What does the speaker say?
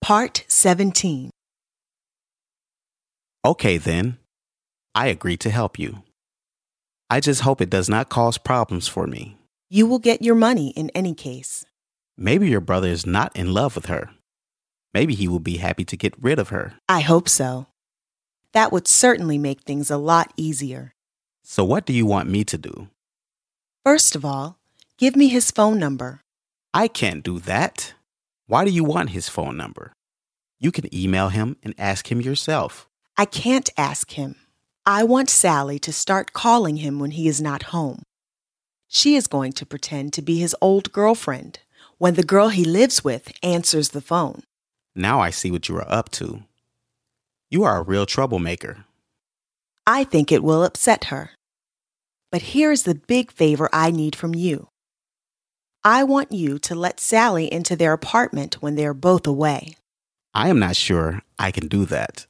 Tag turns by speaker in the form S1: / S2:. S1: Part 17.
S2: Okay, then. I agree to help you. I just hope it does not cause problems for me.
S1: You will get your money in any case.
S2: Maybe your brother is not in love with her. Maybe he will be happy to get rid of her.
S1: I hope so. That would certainly make things a lot easier.
S2: So, what do you want me to do?
S1: First of all, give me his phone number.
S2: I can't do that. Why do you want his phone number? You can email him and ask him yourself.
S1: I can't ask him. I want Sally to start calling him when he is not home. She is going to pretend to be his old girlfriend when the girl he lives with answers the phone.
S2: Now I see what you are up to. You are a real troublemaker.
S1: I think it will upset her. But here is the big favor I need from you. I want you to let Sally into their apartment when they are both away.
S2: I am not sure I can do that.